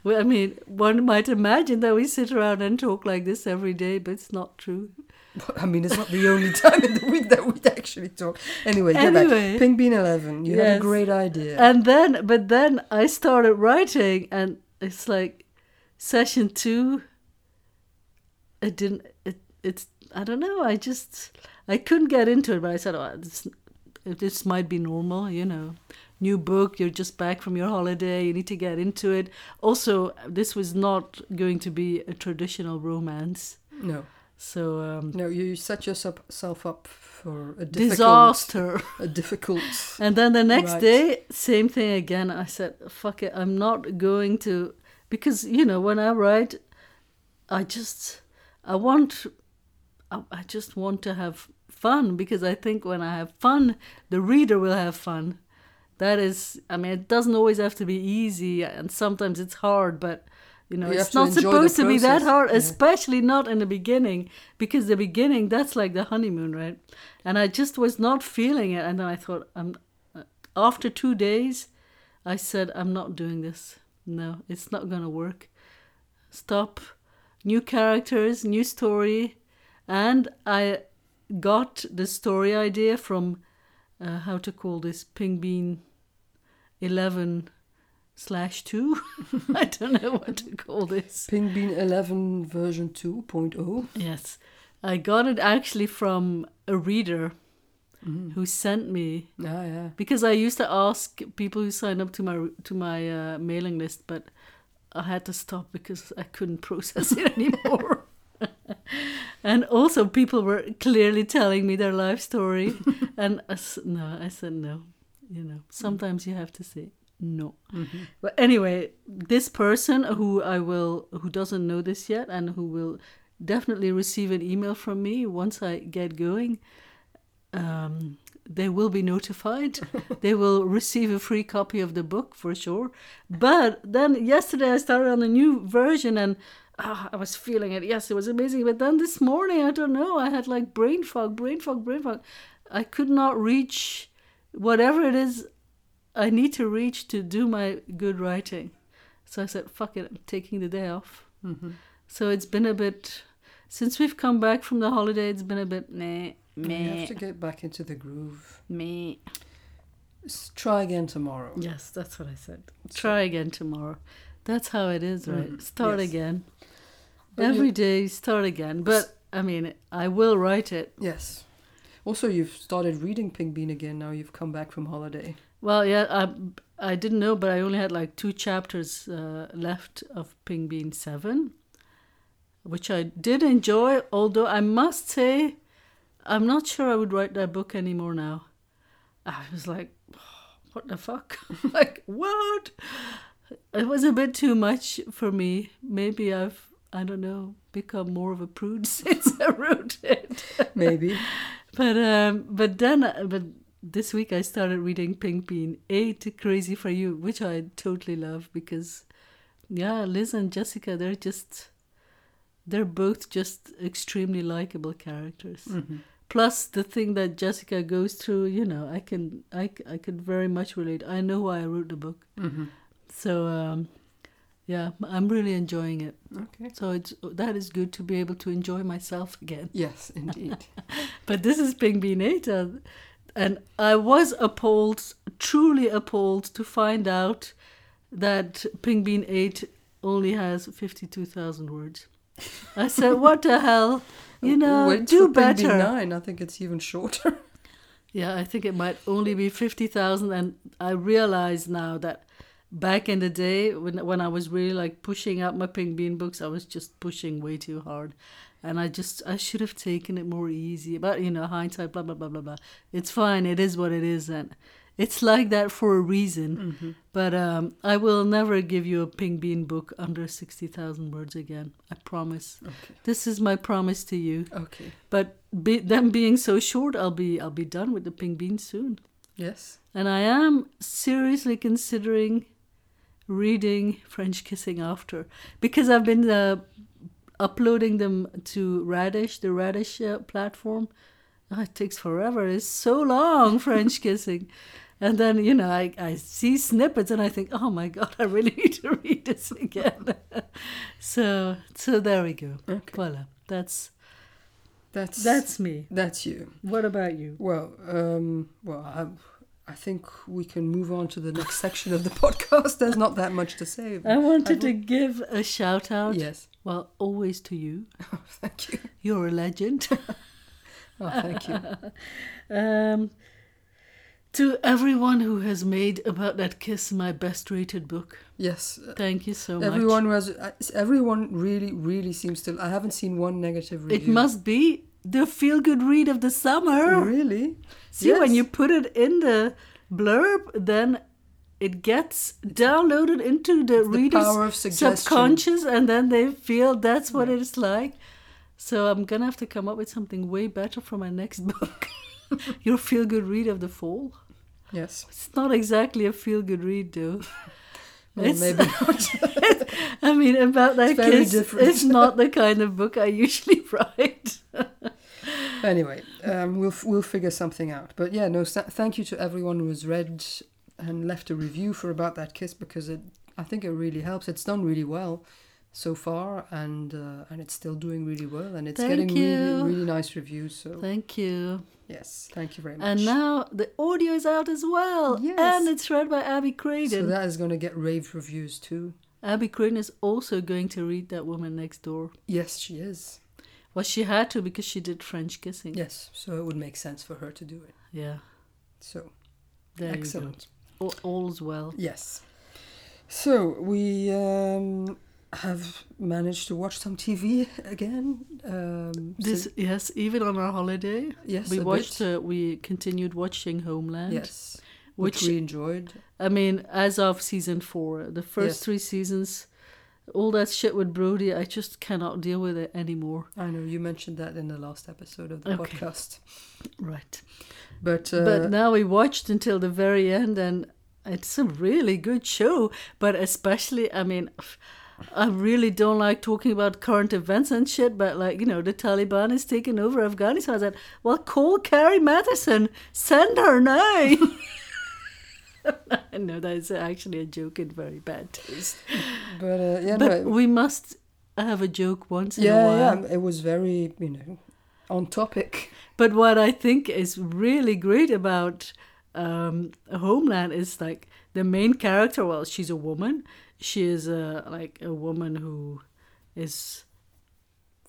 Speaker 1: Well, I mean, one might imagine that we sit around and talk like this every day, but it's not true.
Speaker 2: But, I mean, it's not the only time in the week that we'd actually talk. Anyway, get
Speaker 1: Anyway.
Speaker 2: back. Pink Bean 11. You had
Speaker 1: Yes. Uh,
Speaker 2: a great idea.
Speaker 1: And then, but then I started writing, and it's like session two. It didn't. It. It's. I don't know. I just. I couldn't get into it, but I said, oh, this, this might be normal, you know. New book, you're just back from your holiday, you need to get into it. Also, this was not going to be a traditional romance.
Speaker 2: no.
Speaker 1: So, um,
Speaker 2: No, you set yourself up for a difficult
Speaker 1: disaster.
Speaker 2: a difficult
Speaker 1: And then the next
Speaker 2: Right.
Speaker 1: day, same thing again. I said, fuck it, I'm not going to. Because, you know, when I write, I just, I want, I, I just want to have fun because I think when I have fun, the reader will have fun. That is, I mean, it doesn't always have to be easy and sometimes it's hard, but, you know,
Speaker 2: You have
Speaker 1: it's
Speaker 2: to
Speaker 1: not
Speaker 2: enjoy the
Speaker 1: supposed to be that
Speaker 2: process.
Speaker 1: hard,
Speaker 2: Yeah.
Speaker 1: especially not in the beginning because the beginning that's like the honeymoon right and i just was not feeling it and then i thought i'm uh, after two days i said i'm not doing this no it's not going to work stop new characters new story and i got the story idea from uh, how to call this ping bean 11 slash 2 i don't know what to call this
Speaker 2: Pink Bean 11 version oh. 2.0.
Speaker 1: Yes. I got it actually from a reader who sent me
Speaker 2: Ah, yeah.
Speaker 1: because I used to ask people who signed up to my to my uh, mailing list, but I had to stop because I couldn't process it anymore. and also, people were clearly telling me their life story, and I s no, I said no. You know, sometimes you have to say no. But anyway, this person who I will who doesn't know this yet and who will definitely receive an email from me once I get going. Um, they will be notified. they will receive a free copy of the book for sure. But then yesterday I started on a new version and ah, I was feeling it. Yes, it was amazing. But then this morning, I don't know, I had like brain fog, brain fog, brain fog. I could not reach whatever it is I need to reach to do my good writing. So I said, fuck it, I'm taking the day off.
Speaker 2: Mm-hmm.
Speaker 1: So it's been a bit, since we've come back from the holiday, it's been a bit meh,
Speaker 2: You have
Speaker 1: meh,
Speaker 2: to get back into the groove.
Speaker 1: meh.
Speaker 2: S- try again tomorrow.
Speaker 1: Yes, that's what I said. Try again tomorrow. That's how it is, right?
Speaker 2: Mhm,
Speaker 1: Start
Speaker 2: yes.
Speaker 1: again.
Speaker 2: But you-
Speaker 1: Every day, start again. But I mean, I will write it.
Speaker 2: Yes. Also, you've started reading Pink Bean again now you've come back from holiday.
Speaker 1: Well, yeah, I, I didn't know, but I only had like two chapters uh, left of Ping Bean 7, which I did enjoy, although I must say, I'm not sure I would write that book anymore now. I was like, what the fuck? like, what? It was a bit too much for me. Maybe I've, I don't know, become more of a prude since I wrote it
Speaker 2: Maybe.
Speaker 1: but um, but then but this week I started reading Pink Bean Eight Crazy for You, which I totally love because yeah, Liz and Jessica they're just they're both just extremely likable characters.
Speaker 2: Mhm.
Speaker 1: Plus the thing that Jessica goes through, you know, I can I c- I could very much relate. I know why I wrote the book,
Speaker 2: Mhm.
Speaker 1: so um, yeah, I'm really enjoying it.
Speaker 2: Okay.
Speaker 1: So it's that is good to be able to enjoy myself again.
Speaker 2: Yes, indeed.
Speaker 1: But this is Ping Bean Ada. And I was appalled, truly appalled, to find out that Ping Bean 8 only has 52,000 words. I said, what the hell? You know,
Speaker 2: Wait
Speaker 1: do
Speaker 2: for Pink Bean
Speaker 1: better.
Speaker 2: Nine. I think it's even shorter.
Speaker 1: Yeah, I think it might only be 50,000. And I realize now that back in the day when, when I was really like pushing out my Ping Bean books, I was just pushing way too hard. And I just, I should have taken it more easy. But, you know, hindsight, blah, blah, blah, blah, blah. It's fine. It is what it is. And it's like that for a reason. But um, I will never give you a Ping Bean book under 60,000 words again. I promise.
Speaker 2: Okay.
Speaker 1: This is my promise to you.
Speaker 2: Okay.
Speaker 1: But be, them being so short, I'll be I'll be done with the pink bean soon.
Speaker 2: Yes.
Speaker 1: And I am seriously considering reading French Kissing after because I've been uh, uploading them to Radish, the Radish uh, platform. Oh, it takes forever. It's so long French Kissing. And then you know I, I see snippets and I think oh my god I really need to read this again. so so there we go.
Speaker 2: Okay.
Speaker 1: Voila. That's
Speaker 2: That's that's
Speaker 1: that's me.
Speaker 2: that's you.
Speaker 1: What about you?
Speaker 2: Well, um, well, I, I think we can move on to the next section of the podcast. There's not that much to say.
Speaker 1: I wanted
Speaker 2: I
Speaker 1: to give a shout out.
Speaker 2: Yes.
Speaker 1: Well, always to you.
Speaker 2: Oh, Thank you.
Speaker 1: You're a legend.
Speaker 2: Oh, thank you.
Speaker 1: um, to everyone who has made About That Kiss my best rated book.
Speaker 2: Yes. uh,
Speaker 1: Thank you so much.
Speaker 2: Everyone was. uh, Everyone really, really seems to. I haven't seen one negative review.
Speaker 1: It must be the feel good read of the summer.
Speaker 2: Really?
Speaker 1: See, when
Speaker 2: Yes.
Speaker 1: you put it in the blurb, then it gets downloaded into
Speaker 2: the
Speaker 1: the reader's
Speaker 2: power of suggestion.
Speaker 1: subconscious, and then they feel that's what it's like. So I'm gonna have to come up with something way better for my next book. Your feel good read of the fall.
Speaker 2: Yes.
Speaker 1: It's not exactly a feel good read, though.
Speaker 2: Well,
Speaker 1: It's-
Speaker 2: maybe not.
Speaker 1: I mean, about that
Speaker 2: It's very
Speaker 1: kiss,
Speaker 2: different.
Speaker 1: it's not the kind of book I usually write.
Speaker 2: anyway, um, we'll f- we'll figure something out. But yeah, no. sa thank you to everyone who has read and left a review for about that kiss because it. I think it really helps. It's done really well so far, and uh, and it's still doing really well, and it's
Speaker 1: Thank
Speaker 2: getting
Speaker 1: you.
Speaker 2: really really nice reviews. So
Speaker 1: Thank you.
Speaker 2: yes, thank you very much.
Speaker 1: And now the audio is out as well.
Speaker 2: Yes.
Speaker 1: And it's read by Abby
Speaker 2: so
Speaker 1: Craden.
Speaker 2: that is going to get rave reviews too.
Speaker 1: Abby Craden is also going to read That Woman Next Door.
Speaker 2: Yes, she is.
Speaker 1: Well, she had to because she did French kissing.
Speaker 2: Yes, so it would make sense for her to do it.
Speaker 1: Yeah.
Speaker 2: So
Speaker 1: There
Speaker 2: excellent.
Speaker 1: you go. All, all's well.
Speaker 2: Yes. So we um, have managed to watch some TV again. Um,
Speaker 1: This
Speaker 2: so-
Speaker 1: yes, even on our holiday,
Speaker 2: yes,
Speaker 1: we
Speaker 2: a
Speaker 1: watched.
Speaker 2: bit.
Speaker 1: Uh, we continued watching Homeland.
Speaker 2: yes,
Speaker 1: which
Speaker 2: which, we enjoyed.
Speaker 1: I mean, as of season four, the first
Speaker 2: Yes.
Speaker 1: three seasons all that shit with Brody, I just cannot deal with it anymore.
Speaker 2: I know you mentioned that in the last episode of the
Speaker 1: Okay.
Speaker 2: podcast,
Speaker 1: Right.
Speaker 2: but uh,
Speaker 1: but now we watched until the very end, and it's a really good show. But especially, I mean, I really don't like talking about current events and shit. But like, you know, the Taliban is taking over Afghanistan. I said, well, call Carrie Matheson, send her now. no, that is actually a joke in very bad taste.
Speaker 2: but uh, yeah,
Speaker 1: But
Speaker 2: no,
Speaker 1: we must have a joke once in a
Speaker 2: yeah,
Speaker 1: while.
Speaker 2: yeah, it was very you know on topic.
Speaker 1: But what I think is really great about um, Homeland is like the main character. Well, she's a woman. She is a like a woman who is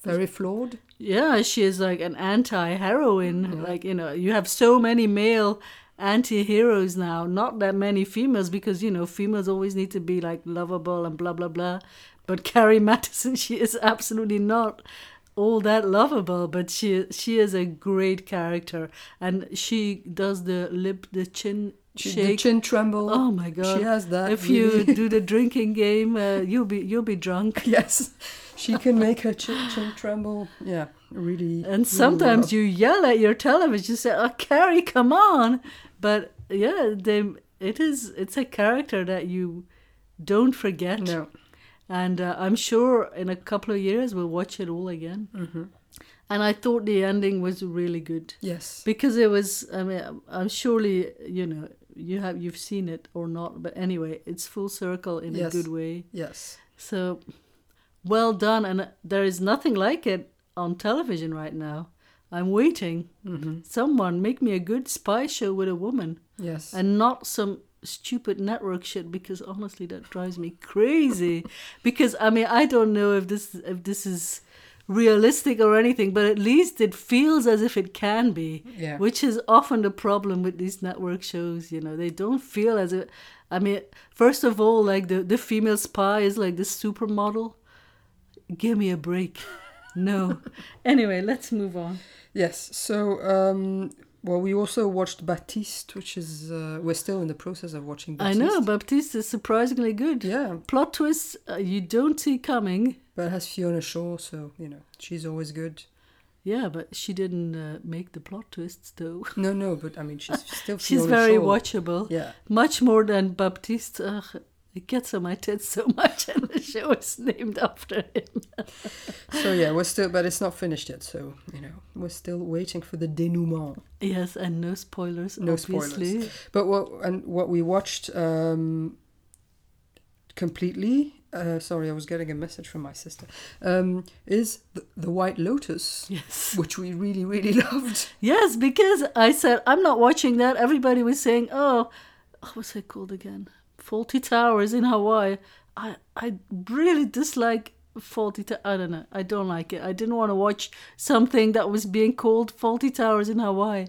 Speaker 2: Very flawed.
Speaker 1: yeah. She is like an anti-heroine.
Speaker 2: Mm-hmm.
Speaker 1: Like you know, you have so many male anti-heroes now. Not that many females because you know females always need to be like lovable and blah blah blah. But Carrie Madison, she is absolutely not all that lovable, but she she is a great character, and she does the lip, the chin
Speaker 2: She, the
Speaker 1: shake.
Speaker 2: chin tremble.
Speaker 1: oh my god!
Speaker 2: she has that.
Speaker 1: if
Speaker 2: really-
Speaker 1: you do the drinking game, uh, you'll be you'll be drunk.
Speaker 2: yes, she can make her chin, chin tremble. Yeah, really.
Speaker 1: And sometimes you yell at your television, you say, "Oh, Carrie, come on!" But yeah, they it is it's a character that you don't forget,
Speaker 2: No.
Speaker 1: and uh, I'm sure in a couple of years we'll watch it all again.
Speaker 2: Mm-hmm.
Speaker 1: And I thought the ending was really good.
Speaker 2: Yes.
Speaker 1: because it was i mean i'm surely you know you have you've seen it or not but anyway it's full circle in
Speaker 2: Yes.
Speaker 1: a good way
Speaker 2: Yes.
Speaker 1: so well done and there is nothing like it on television right now i'm waiting
Speaker 2: Mm-hmm.
Speaker 1: someone make me a good spy show with a woman
Speaker 2: Yes.
Speaker 1: and not some stupid network shit because honestly that drives me crazy because i mean i don't know if this if this is realistic or anything but at least it feels as if it can be
Speaker 2: yeah.
Speaker 1: which is often the problem with these network shows you know they don't feel as if i mean first of all like the, the female spy is like the supermodel give me a break no anyway let's move on
Speaker 2: Yes. So, um, well, we also watched Baptiste, which is uh, we're still in the process of watching.
Speaker 1: i
Speaker 2: Baptiste.
Speaker 1: know baptiste is surprisingly good
Speaker 2: Yeah,
Speaker 1: plot twists uh, you don't see coming
Speaker 2: but it has Fiona Shaw, so you know she's always good.
Speaker 1: yeah but she didn't uh, make the plot twists though
Speaker 2: No, no, but I mean she's still
Speaker 1: she's
Speaker 2: Fiona
Speaker 1: very
Speaker 2: Shaw.
Speaker 1: watchable
Speaker 2: Yeah,
Speaker 1: much more than baptiste Ugh, it gets on my tits so much and the show is named after him
Speaker 2: so yeah, we're still, but it's not finished yet. So you know, we're still waiting for the denouement.
Speaker 1: Yes, and no spoilers,
Speaker 2: No
Speaker 1: obviously.
Speaker 2: But what and what we watched um, completely. Uh, sorry, I was getting a message from my sister. Um, is the, the White Lotus,
Speaker 1: Yes.
Speaker 2: which we really, really loved.
Speaker 1: Yes, because I said, I'm not watching that. Everybody was saying, oh, oh, what's it called again? Faulty Towers in Hawaii. I, I really dislike Faulty Towers. I don't know. I don't like it. I didn't want to watch something that was being called Faulty Towers in Hawaii.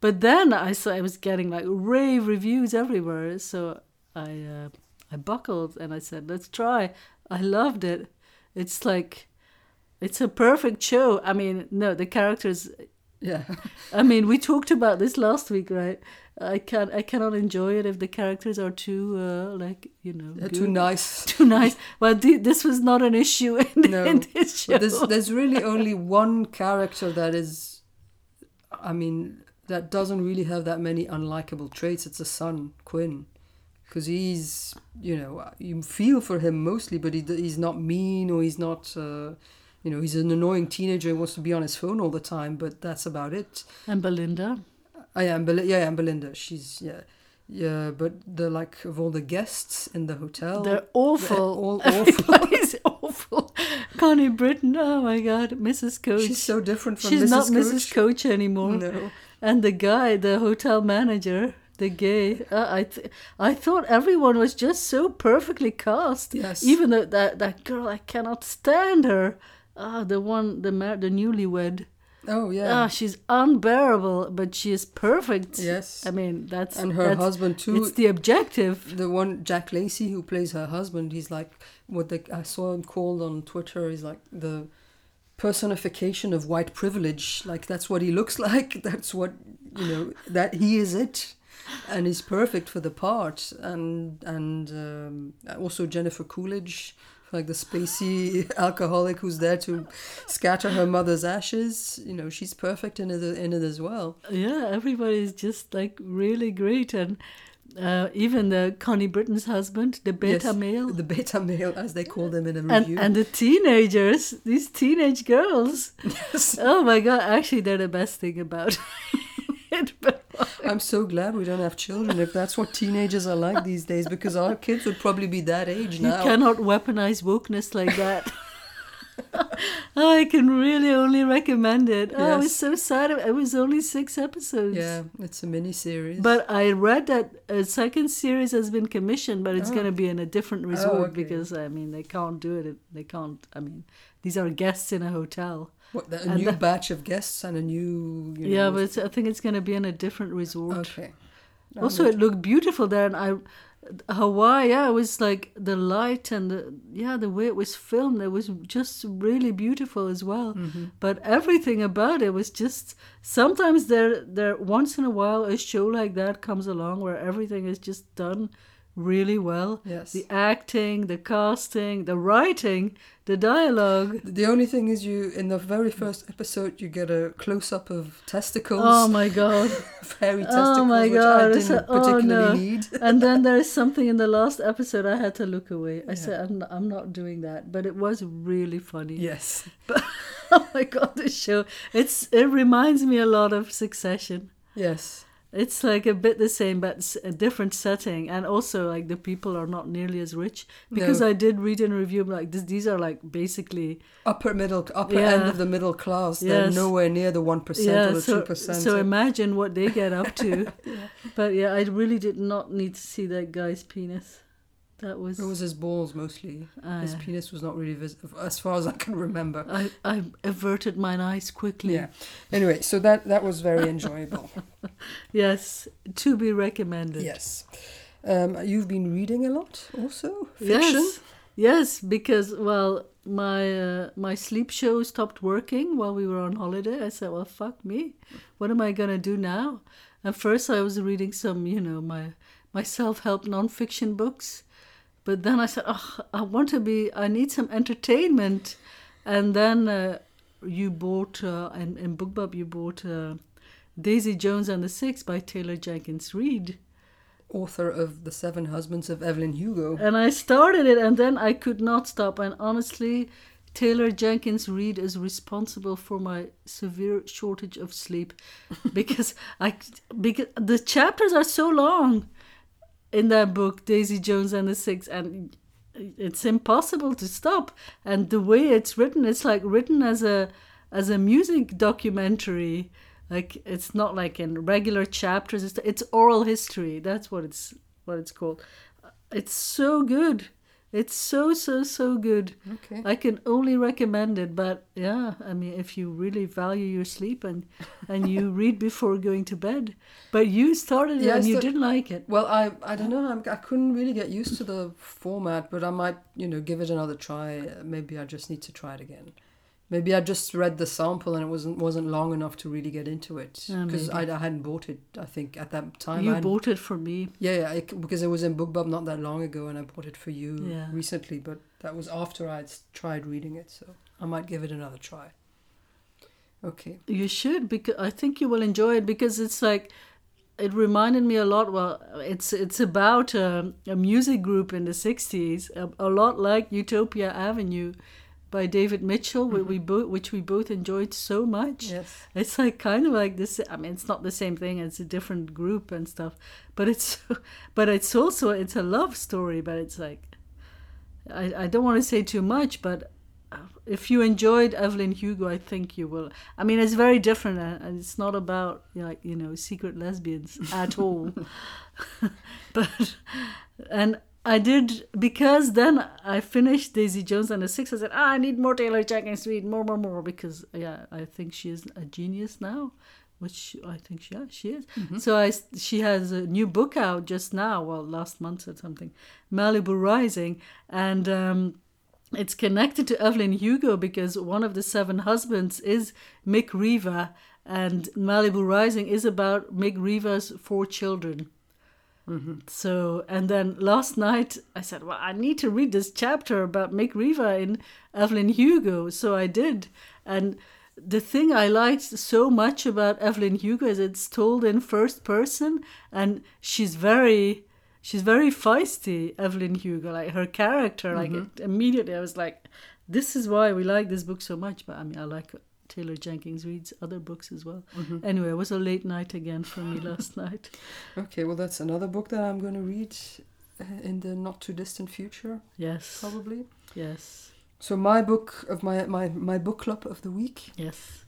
Speaker 1: But then I saw I was getting like rave reviews everywhere. So I, uh, I buckled and I said, let's try. I loved it. It's like, it's a perfect show. I mean, no, the characters
Speaker 2: Yeah,
Speaker 1: I mean, we talked about this last week, right? I can I cannot enjoy it if the characters are too uh, like you know
Speaker 2: they're
Speaker 1: good.
Speaker 2: too nice.
Speaker 1: Too nice. Well, thi- this was not an issue in,
Speaker 2: No.
Speaker 1: in this show.
Speaker 2: But There's, there's really only one character that is, I mean, that doesn't really have that many unlikable traits. It's the son, Quinn. Because he's, you know, you feel for him mostly, but he, d- he's not mean or he's not, uh, you know, he's an annoying teenager who wants to be on his phone all the time, but that's about it.
Speaker 1: and Belinda,
Speaker 2: I am Bel- yeah, yeah, and Belinda. She's, yeah. Yeah, but the like of all the guests in the hotel,
Speaker 1: they're
Speaker 2: Oh, they're
Speaker 1: awful.
Speaker 2: all awful.
Speaker 1: Everybody's awful. Connie Britton. Oh my God, Mrs. Coach.
Speaker 2: She's so different from
Speaker 1: She's
Speaker 2: Mrs.
Speaker 1: not
Speaker 2: Coach.
Speaker 1: Mrs. Coach anymore.
Speaker 2: No.
Speaker 1: And the guy, the hotel manager, the gay, uh, I, th- I thought everyone was just so perfectly cast.
Speaker 2: Yes.
Speaker 1: Even though that that girl, I cannot stand her. Ah, the one, the mar- the newlywed.
Speaker 2: Oh yeah.
Speaker 1: Ah, she's unbearable, but she is perfect.
Speaker 2: yes.
Speaker 1: I mean, that's
Speaker 2: and her
Speaker 1: that's,
Speaker 2: husband too.
Speaker 1: It's the objective.
Speaker 2: the one Jack Lacey who plays her husband. He's like what they, I saw him called on Twitter. He's like the personification of white privilege. Like that's what he looks like. That's what you know. That he is it. And he's perfect for the part, and and um, also Jennifer Coolidge, like the spacey alcoholic who's there to scatter her mother's ashes. You know, she's perfect in it, in it as well.
Speaker 1: Yeah, everybody's just like really great, and uh, even the Connie Britton's husband, the beta
Speaker 2: Yes,
Speaker 1: male,
Speaker 2: The beta male, as they call them in a
Speaker 1: and
Speaker 2: review.
Speaker 1: and the teenagers, these teenage girls.
Speaker 2: Yes.
Speaker 1: Oh my god! Actually, they're the best thing about it. But
Speaker 2: I'm so glad we don't have children if that's what teenagers are like these days, because our kids would probably be that age
Speaker 1: you
Speaker 2: now.
Speaker 1: cannot weaponize wokeness like that. I can really only recommend it. Oh, I was
Speaker 2: Yes.
Speaker 1: so sad. It was only six episodes.
Speaker 2: Yeah, it's a mini series.
Speaker 1: But I read that a second series has been commissioned, but it's
Speaker 2: Oh.
Speaker 1: going to be in a different resort
Speaker 2: okay.
Speaker 1: because I mean they can't do it. They can't. I mean these are guests in a hotel.
Speaker 2: what, a
Speaker 1: and
Speaker 2: new
Speaker 1: that-
Speaker 2: batch of guests and a new. You know,
Speaker 1: yeah, but it's, I think it's going to be in a different resort.
Speaker 2: okay. Um, I'm
Speaker 1: Also,
Speaker 2: with-
Speaker 1: it looked beautiful there, and I Hawaii. Yeah, it was like the light and the yeah the way it was filmed. It was just really beautiful as well. But everything about it was just sometimes there there once in a while a show like that comes along where everything is just done really well.
Speaker 2: yes.
Speaker 1: The acting, the casting, the writing, the dialogue.
Speaker 2: The only thing is, you in the very first episode, you get a close up of testicles,
Speaker 1: Oh my god.
Speaker 2: fairy
Speaker 1: oh
Speaker 2: testicles,
Speaker 1: my
Speaker 2: which
Speaker 1: God,
Speaker 2: I
Speaker 1: it's
Speaker 2: didn't
Speaker 1: a- oh
Speaker 2: particularly
Speaker 1: no.
Speaker 2: need.
Speaker 1: and then there is something in the last episode I had to look away. I said, I'm, I'm not doing that. But it was really funny.
Speaker 2: Yes,
Speaker 1: Oh my God, this show. It's It reminds me a lot of Succession.
Speaker 2: yes,
Speaker 1: It's like a bit the same, but s- a different setting. And also, like, the people are not nearly as rich. Because
Speaker 2: No.
Speaker 1: I did read and review, like, this, these are like basically.
Speaker 2: upper middle, upper
Speaker 1: Yeah.
Speaker 2: end of the middle class. They're
Speaker 1: Yes.
Speaker 2: nowhere near the one percent or the two
Speaker 1: so,
Speaker 2: percent.
Speaker 1: so imagine what they get up to. But yeah, I really did not need to see that guy's penis. That was.
Speaker 2: it was his balls mostly.
Speaker 1: Ah,
Speaker 2: his
Speaker 1: yeah. Oh,
Speaker 2: penis was not really visible, as far as I can remember.
Speaker 1: I, I averted mine eyes quickly.
Speaker 2: Yeah. Anyway, so that that was very enjoyable.
Speaker 1: Yes, to be recommended.
Speaker 2: yes. Um, you've been reading a lot, also fiction.
Speaker 1: Yes, yes, because well, my uh, my sleep show stopped working while we were on holiday. I said, well, fuck me, what am I gonna do now? And first, I was reading some, you know, my my self help nonfiction books, but then I said, oh, I want to be, I need some entertainment, and then uh, you bought uh, in in BookBub, you bought. Uh, Daisy Jones and the Six by Taylor Jenkins Reid.
Speaker 2: Author of The Seven Husbands of Evelyn Hugo.
Speaker 1: and I started it, and then I could not stop. And honestly, Taylor Jenkins Reid is responsible for my severe shortage of sleep because I because the chapters are so long in that book, Daisy Jones and the Six, and it's impossible to stop. And the way it's written, it's like written as a as a music documentary. Like it's not like in regular chapters. It's, it's oral history. That's what it's what it's called. It's so good. It's so so so good.
Speaker 2: Okay.
Speaker 1: I can only recommend it, but yeah, I mean, if you really value your sleep and and you read before going to bed, but you started it
Speaker 2: Yeah, I
Speaker 1: and you
Speaker 2: sta-
Speaker 1: didn't like it.
Speaker 2: Well, I I don't know. I'm, I couldn't really get used to the format, but I might you know give it another try. Uh, Maybe I just need to try it again. Maybe I just read the sample and it wasn't wasn't long enough to really get into it
Speaker 1: Yeah,
Speaker 2: because I,
Speaker 1: Ah, maybe.
Speaker 2: I hadn't bought it. I think at that time
Speaker 1: you
Speaker 2: I hadn't-
Speaker 1: bought it for me.
Speaker 2: Yeah, yeah, it, because it was in BookBub not that long ago, and I bought it for you
Speaker 1: Yeah.
Speaker 2: recently. But that was after I'd s- tried reading it, so I might give it another try. Okay.
Speaker 1: You should because I think you will enjoy it because it's like it reminded me a lot. Well, it's it's about a, a music group in the '60s, a, a lot like Utopia Avenue by David Mitchell, which we both which we both enjoyed so much.
Speaker 2: Yes.
Speaker 1: It's like kind of like this. I mean, it's not the same thing. It's a different group and stuff. But it's, but it's also it's a love story. But it's like, I I don't want to say too much. But if you enjoyed Evelyn Hugo, I think you will. I mean, it's very different, uh, and it's not about like you know secret lesbians at all. but and I did because then I finished Daisy Jones and the Six. I said, ah, I need more Taylor Jenkins Reid, more, more, more, because yeah, I think she is a genius now, which I think she yeah, she is. So I s- she has a new book out just now, well, last month or something, Malibu Rising, and. Um, it's connected to Evelyn Hugo because one of the seven husbands is Mick Reva, and Malibu Rising is about Mick Reva's four children.
Speaker 2: Mm-hmm.
Speaker 1: So, and then last night I said, Well, I need to read this chapter about Mick Riva in Evelyn Hugo. So I did. And the thing I liked so much about Evelyn Hugo is it's told in first person and she's very. She's very feisty, Evelyn Hugo. Like her character, like it, immediately, I was like, "This is why we like this book so much." But I mean, I like Taylor Jenkins Reid's other books as well. Anyway, it was a late night again for me last night.
Speaker 2: Okay, well, that's another book that I'm going to read uh, in the not too distant future,
Speaker 1: Yes,
Speaker 2: probably.
Speaker 1: yes,
Speaker 2: So my book of my, my my book club of the week.
Speaker 1: yes.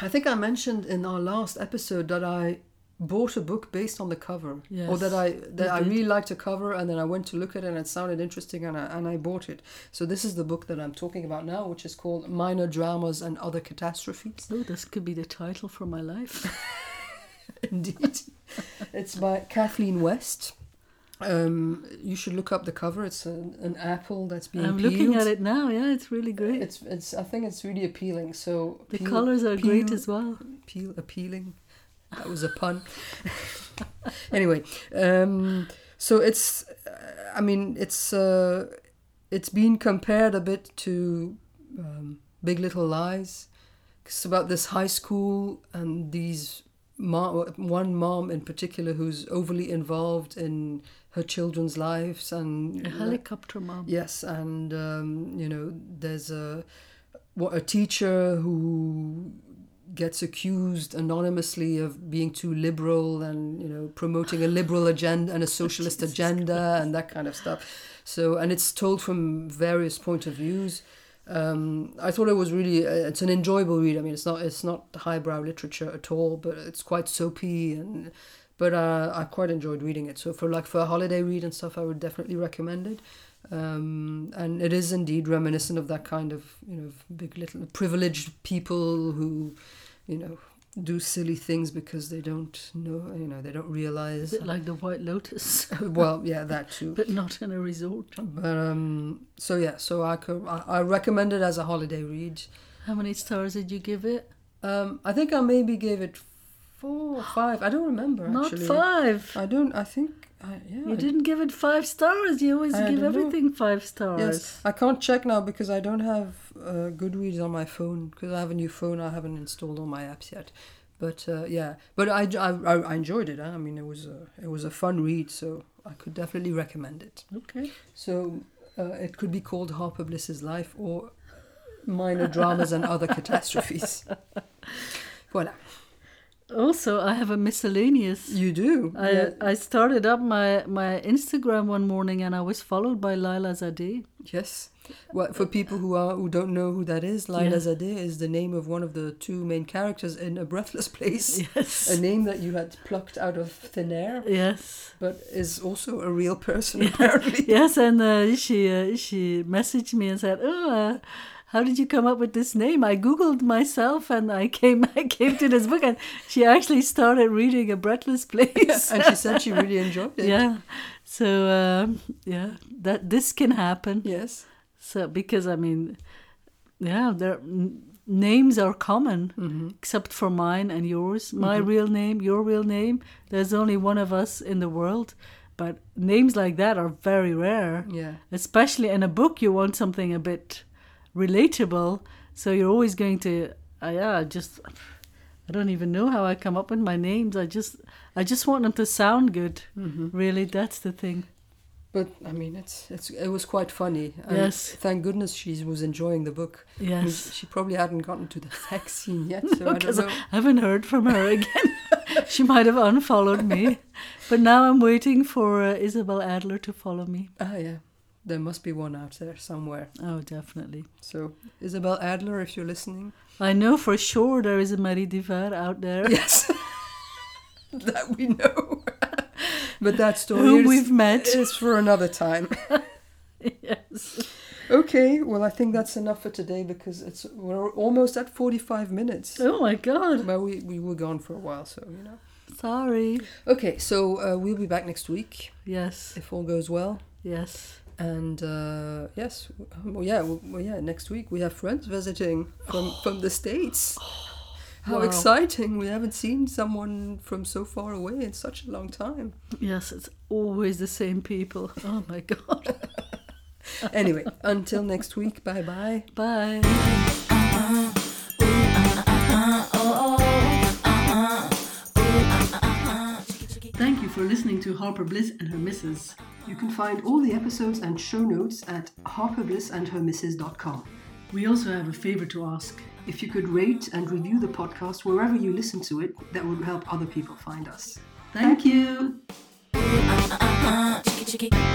Speaker 2: I think I mentioned in our last episode that I bought a book based on the cover, or
Speaker 1: Yes,
Speaker 2: that I that
Speaker 1: you
Speaker 2: I
Speaker 1: did.
Speaker 2: really liked a cover, and then I went to look at it and it sounded interesting, and I and I bought it. So this is the book that I'm talking about now, which is called Minor Dramas and Other Catastrophes.
Speaker 1: Oh, this could be the title for my life.
Speaker 2: Indeed. it's by Kathleen West. Um, you should look up the cover. It's an, an apple that's being
Speaker 1: I'm looking
Speaker 2: peeled.
Speaker 1: at it now. Yeah, it's really great.
Speaker 2: It's it's. I think it's really appealing. So
Speaker 1: the
Speaker 2: peel-
Speaker 1: colors are great
Speaker 2: peel-
Speaker 1: as well.
Speaker 2: peel appealing. That was a pun. anyway, um, so it's. Uh, I mean, it's. Uh, it's been compared a bit to um, Big Little Lies. It's about this high school and these mom, one mom in particular who's overly involved in her children's lives and
Speaker 1: A helicopter mom.
Speaker 2: Yes, and um, you know, there's a what a teacher who gets accused anonymously of being too liberal and you know promoting a liberal agenda and a socialist agenda and that kind of stuff. So and it's told from various point of views. Um, I thought it was really uh, it's an enjoyable read. I mean, it's not it's not highbrow literature at all, but it's quite soapy and. But uh, I quite enjoyed reading it. So for like for a holiday read and stuff, I would definitely recommend it um, and it is indeed reminiscent of that kind of you know big little privileged people who you know do silly things because they don't know you know they don't
Speaker 1: A
Speaker 2: realize
Speaker 1: bit like the White Lotus,
Speaker 2: well yeah that too
Speaker 1: but not in a resort.
Speaker 2: but um so yeah so i could I, I recommend it as a holiday read
Speaker 1: How many stars did you give it?
Speaker 2: um i think i maybe gave it four or five i don't remember
Speaker 1: Not
Speaker 2: actually
Speaker 1: five.
Speaker 2: i don't i think I, yeah
Speaker 1: You
Speaker 2: I-
Speaker 1: didn't give it five stars. You always
Speaker 2: I
Speaker 1: give
Speaker 2: don't know.
Speaker 1: everything five stars.
Speaker 2: Yes, I can't check now because I don't have uh, Goodreads on my phone because I have a new phone. I haven't installed all my apps yet, but uh, yeah, but I, I, I- I enjoyed it. Huh? I mean, it was a, it was a fun read, so I could definitely recommend it.
Speaker 1: Okay.
Speaker 2: So uh, it could be called Harper Bliss's Life or Minor Dramas and Other Catastrophes. Voilà,
Speaker 1: Also, I have a miscellaneous.
Speaker 2: you do.
Speaker 1: I uh,
Speaker 2: yeah.
Speaker 1: I started up my my Instagram one morning and I was followed by Laila Zadeh.
Speaker 2: Yes. Well, for people who are who don't know who that is, Laila
Speaker 1: Yeah.
Speaker 2: Zadeh is the name of one of the two main characters in A Breathless Place.
Speaker 1: Yes.
Speaker 2: a name that you had plucked out of thin air,
Speaker 1: yes.
Speaker 2: but is also a real person apparently.
Speaker 1: Yes, and uh, she uh, she messaged me and said, "Oh, uh, how did you come up with this name?" I googled myself and I came I came to this book, and she actually started reading a breathless place.
Speaker 2: and she said she really enjoyed it.
Speaker 1: yeah, so um, yeah, that this can happen.
Speaker 2: Yes.
Speaker 1: So because I mean, yeah, their n- names are common
Speaker 2: Mm-hmm.
Speaker 1: except for mine and yours. My
Speaker 2: Mhm.
Speaker 1: real name, your real name. There's only one of us in the world, but names like that are very rare
Speaker 2: Yeah.
Speaker 1: especially in a book you want something a bit relatable so you're always going to uh, yeah I just i don't even know how i come up with my names i just i just want them to sound good
Speaker 2: Mm-hmm.
Speaker 1: really that's the thing
Speaker 2: But I mean, it's it's it was quite funny. And
Speaker 1: Yes.
Speaker 2: Thank goodness she was enjoying the book. I mean,
Speaker 1: yes
Speaker 2: She probably hadn't gotten to the sex scene yet, so I don't
Speaker 1: because
Speaker 2: know.
Speaker 1: i haven't heard from her again she might have unfollowed me but now i'm waiting for uh, isabel adler to follow me
Speaker 2: Ah, yeah. There must be one out there somewhere.
Speaker 1: oh definitely
Speaker 2: So, Isabel Adler, if you're listening.
Speaker 1: i know for sure there is a marie divar out there
Speaker 2: Yes. that we know. but that story
Speaker 1: whom
Speaker 2: is-
Speaker 1: we've met
Speaker 2: is for another time.
Speaker 1: yes
Speaker 2: Okay, well, I think that's enough for today because it's we're almost at 45 minutes.
Speaker 1: oh my god
Speaker 2: Well, we, we were gone for a while, so you know.
Speaker 1: sorry
Speaker 2: Okay, so uh, we'll be back next week
Speaker 1: Yes,
Speaker 2: if all goes well.
Speaker 1: yes.
Speaker 2: And uh, yes, well, yeah, well, yeah, next week we have friends visiting from, from the States. How
Speaker 1: Wow.
Speaker 2: exciting! We haven't seen someone from so far away in such a long time.
Speaker 1: Yes, it's always the same people. Oh my God.
Speaker 2: Anyway, until next week, bye bye.
Speaker 1: Bye.
Speaker 3: Thank you for listening to Harper Bliss and her missus.
Speaker 2: You can find all the episodes and show notes at harperblissandhermisses.com.
Speaker 3: We also have a favor to ask.
Speaker 2: If you could rate and review the podcast wherever you listen to it, that would help other people find us.
Speaker 3: Thank you.
Speaker 4: chicky chicky